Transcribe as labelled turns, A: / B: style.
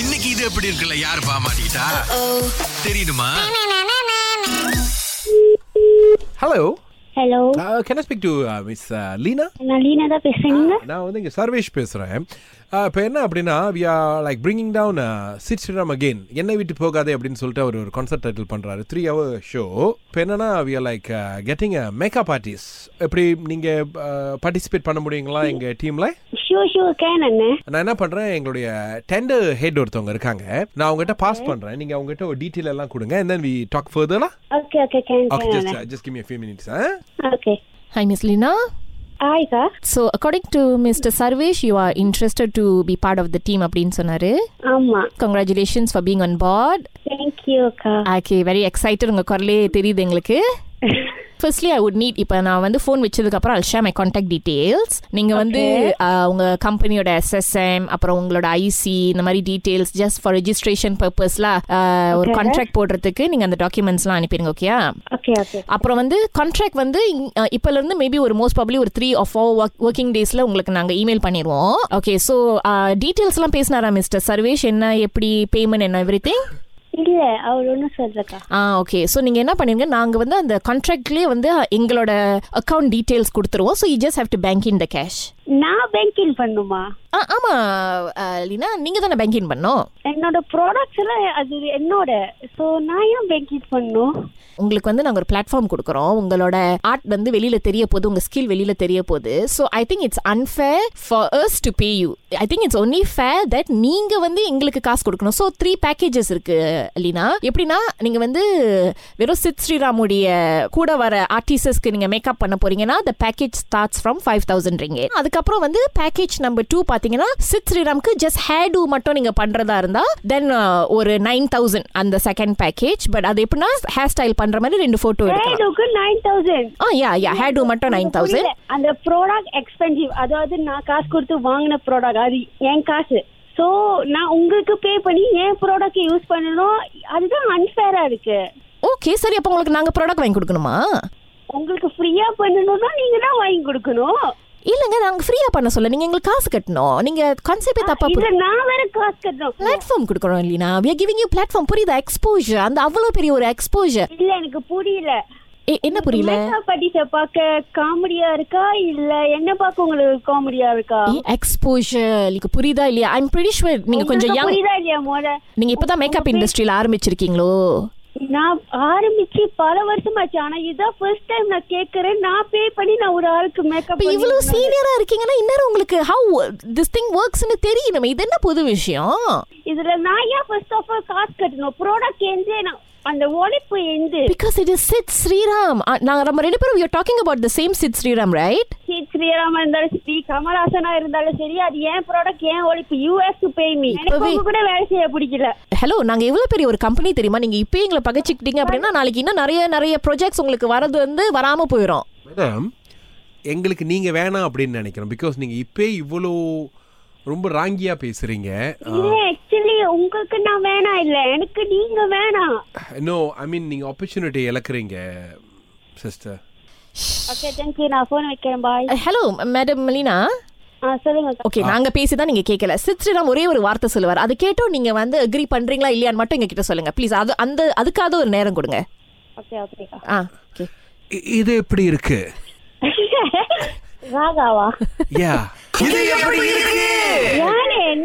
A: இன்னைக்கு இது எப்படி இருக்குல்ல யார் பாமாட்டா தெரியுமா
B: hello
C: hello
B: can I speak to miss Lina
C: நான் லீனா தான் பேசுறேன் நீங்க
B: நான் வந்து இங்கே சர்வேஷ் பேசுகிறேன் இப்போ என்ன அப்படின்னா we are like bringing down Sid Sriram again என்னை விட்டு போகாதே அப்படின்னு சொல்லிட்டு அவர் ஒரு கான்சர்ட் டைட்டில் பண்ணுறாரு த்ரீ ஹவர் ஷோ இப்போ என்னன்னா we are like getting a makeup artist uh, எப்படி நீங்கள் பார்ட்டிசிபேட் பண்ண முடியுங்களா எங்கள் டீமில்
C: ஷூ ஷூ கேன் அண்ணே
B: நான் என்ன பண்றேன் எங்களுடைய டெண்டர் ஹெட் ஒருத்தவங்க இருக்காங்க நான் அவங்ககிட்ட பாஸ் பண்றேன் நீங்க அவங்ககிட்ட ஒரு டீடைல் எல்லாம் கொடுங்க and then we talk further lah
C: okay okay can
B: okay
C: can
B: just uh, just give me a few minutes huh?
C: Okay
D: Hi, Miss Lina.
C: ஆய்க்கா
D: So, according to Mr. Sarvesh, you are interested to be part of the team அப்படின்னு சொன்னாரு
C: ஆமா
D: congratulations for being on board.
C: Thank you அக்கா
D: okay very excited உங்கள் குரலே தெரியுது எங்களுக்கு firstly I would need இப்போ நான் வந்து ஃபோன் வச்சதுக்கப்புறம் அல்ஷா மை காண்டாக்ட் டீட்டெயில்ஸ் நீங்கள் வந்து ஆஹ், உங்க கம்பெனியோட எஸ்எஸ்எம் அப்புறம் உங்களோட ஐசி இந்த மாதிரி டீட்டெயில்ஸ் ஜஸ்ட் ஃபார் ரெஜிஸ்ட்ரேஷன் பர்பஸ்லாம் ஒரு
C: Okay.
D: கான்ட்ராக்ட் போடுறதுக்கு நீங்கள் அந்த டாக்குமெண்ட்ஸ்லாம் அனுப்பிடுங்க ஓகேயா
C: ஓகே ஓகே
D: அப்புறம் வந்து கான்ட்ராக்ட் வந்து இங்க- இப்பல இருந்து மேபி ஒரு மோஸ்ட் பப்ளி ஒரு த்ரீ ஆர் ஃபோர் ஒர்க்கிங் டேஸ்ல உங்களுக்கு நாங்க இமெயில் பண்ணிடுவோம் ஓகே ஸோ டீட்டெயில்ஸ்லாம் பேசினாரா மிஸ்டர் சர்வேஷ் என்ன எப்படி பேமெண்ட் என்ன எவ்ரி திங்
C: இல்ல அவர் ஒன்றும் சொல்லக்கா
D: ஆ ஓகே ஸோ நீங்க என்ன பண்ணுங்க நாங்க வந்து அந்த கான்ட்ராக்ட்லயே வந்து எங்களோட அக்கௌண்ட் டீட்டெயில்ஸ் கொடுத்துருவோம் so you just have to bank in the cash
C: நான் பேங்கிங் பண்ணுமா
D: ஆ ஆமா அஹ், லீனா நீங்க தானே பேங்க் இன் பண்ணோம்
C: என்னோட ப்ராடக்ட்ஸ் எல்லாம் அது என்னோட சோ நான் ஏன் பேங்கிங் பண்ணும்
D: உங்களுக்கு வந்து நாங்கள் ஒரு பிளாட்ஃபார்ம் கொடுக்குறோம் உங்களோட ஆர்ட் வந்து வெளியில தெரிய போகுது உங்க ஸ்கில் வெளியில தெரிய போகுது so I think it's unfair for us to pay you I think it's only fair that நீங்க வந்து எங்களுக்கு காசு கொடுக்கணும் ஸோ த்ரீ பேக்கேஜஸ் இருக்கு லீனா எப்படின்னா நீங்க வந்து வெறும் சித் ஸ்ரீராமுடைய கூட வர ஆர்டிஸ்ட்க்கு நீங்க மேக்கப் பண்ண போறீங்கன்னா the package starts from five thousand ரிங்கே அதுக்கப்புறம் வந்து பேக்கேஜ் நம்பர் டூ பார்த்தீங்கன்னா சித் ஸ்ரீராமுக்கு ஜஸ்ட் ஹேடு மட்டும் நீங்க பண்றதா இருந்தா தென் ஒரு நைன் தௌசண்ட் அந்த செகண்ட் பேக்கேஜ் பட் அது எப்படின்னா ஹேர் ஸ்டைல் பண்ற மாதிரி ரெண்டு போட்டோ எடுக்கலாம்
C: ரேடுக்கு நைன் தௌசண்ட்
D: ஆ யா யா ஹேர் டூ மட்டும் நைன் தௌசண்ட்
C: அந்த ப்ராடக்ட் எக்ஸ்பென்சிவ் அதாவது நான் காசு கொடுத்து வாங்கின ப்ராடக்ட் அது என் காசு சோ நான் உங்களுக்கு பே பண்ணி என் ப்ராடக்ட் யூஸ் பண்ணணும் அதுதான் அன்ஃபேரா இருக்கு
D: ஓகே சரி அப்போ உங்களுக்கு நாங்க ப்ராடக்ட் வாங்கி கொடுக்கணுமா
C: உங்களுக்கு ஃப்ரீயா பண்ணணும்னா நீங்க தான் வாங்கி கொடுக்கணும்
D: இல்லைங்க நாங்க ஃப்ரீயா பண்ண சொல்ல நீங்க எங்களுக்கு காசு கட்டணும் நீங்க கான்செப்டே தப்பா
C: இதுல நான் வேற காசு கட்டணும்
D: பிளாட்ஃபார்ம் கொடுக்குறோம் இல்லீனா we are giving you platform புரியுதா எக்ஸ்போஜர் அந்த அவ்வளோ பெரிய ஒரு எக்ஸ்போஜர்
C: இல்ல எனக்கு புரியல
D: என்ன புரியல
C: மேக்கப் ஆர்டிஸ்ட பார்க்க காமெடியா இருக்கா இல்ல என்ன பார்க்க உங்களுக்கு காமெடியா இருக்கா
D: எக்ஸ்போஷர் புரியுதா இல்லையா ஐம் pretty sure நீங்க கொஞ்சம்
C: உங்களுக்கு
D: யங்
C: புரியுதா இல்லையா மோத
D: நீங்க இப்பதான் மேக்கப் இண்டஸ்ட்ரியில ஆரம்பிச்சிருக்கீங்களோ
C: நான் ஆரம்பிச்சு பல வருஷமாச்சு ஆனா இதான் ஃபர்ஸ்ட் டைம் நான் கேக்குறேன் நான் பே பண்ணி நான் ஒரு ஆளுக்கு மேக்கப்
D: இப்ப இவ்வளவு சீனியரா இருக்கீங்கன்னா இன்னும் உங்களுக்கு ஹவு திஸ் திங் ஒர்க்ஸ்னு தெரியும் இது என்ன புது விஷயம்
C: இதுல நான் ஏன் ஃபர்ஸ்ட் ஆஃப் ஆல் காசு கட்டணும் ப்ராடக்ட் எந்தே நான் அந்த உழைப்பு எந்து
D: because it is Sid Sriram அ, நாங்க நம்ம ரெண்டு பேரும் we are talking about the same Sid Sriram right
C: Sri ஸ்ரீராமா இருந்தாலும் ஸ்ரீ கமலஹாசனா இருந்தாலும் சரி அது ஏன் ப்ராடக்ட் ஏன் உழைப்பு you have to pay me எனக்கு
D: இப்பவே-
C: உங்க கூட வேலை செய்ய பிடிக்கல
D: ஹலோ நாங்க எவ்வளவு பெரிய ஒரு கம்பெனி தெரியுமா நீங்க இப்பயே எங்களை பகச்சிக்கிட்டீங்க அப்படின்னா நாளைக்கு இன்னும் நிறைய நிறைய ப்ராஜெக்ட்ஸ் உங்களுக்கு வரது வந்து வராம போயிடும்
B: மேடம் எங்களுக்கு நீங்க வேணாம் அப்படின்னு நினைக்கிறோம் பிகாஸ் நீங்க இப்பே இவ்வளோ ரொம்ப ராங்கியா பேசுறீங்க
C: இல்ல ஆக்சுவலி உங்களுக்கு நான் வேணாம் இல்ல எனக்கு நீங்க வேணாம்
B: நோ ஐ மீன் நீங்க ஆப்பர்ச்சுனிட்டி இழக்கிறீங்க சிஸ்டர்
C: ஓகே தேங்க்யூ நான் ஃபோன் வைக்கிறேன் பாய்
D: ஹலோ மேடம் மலினா
C: ஆ சொல்லுங்க
D: ஓகே நாங்க பேசிதான் நீங்க கேட்கல சித்ரிராம் ஒரே ஒரு வார்த்தை சொல்லுவார் அது கேட்டோம் நீங்க வந்து அக்ரி பண்றீங்களா இல்லையான்னு மட்டும் எங்க கிட்ட சொல்லுங்க ப்ளீஸ் அது அந்த அதுக்காவது ஒரு நேரம் கொடுங்க
C: ஓகே ஓகேக்கா
D: ஆ ஓகே
B: இது எப்படி இருக்கு
C: ராகாவா
B: யா
A: இது எப்படி இருக்கு
C: யானே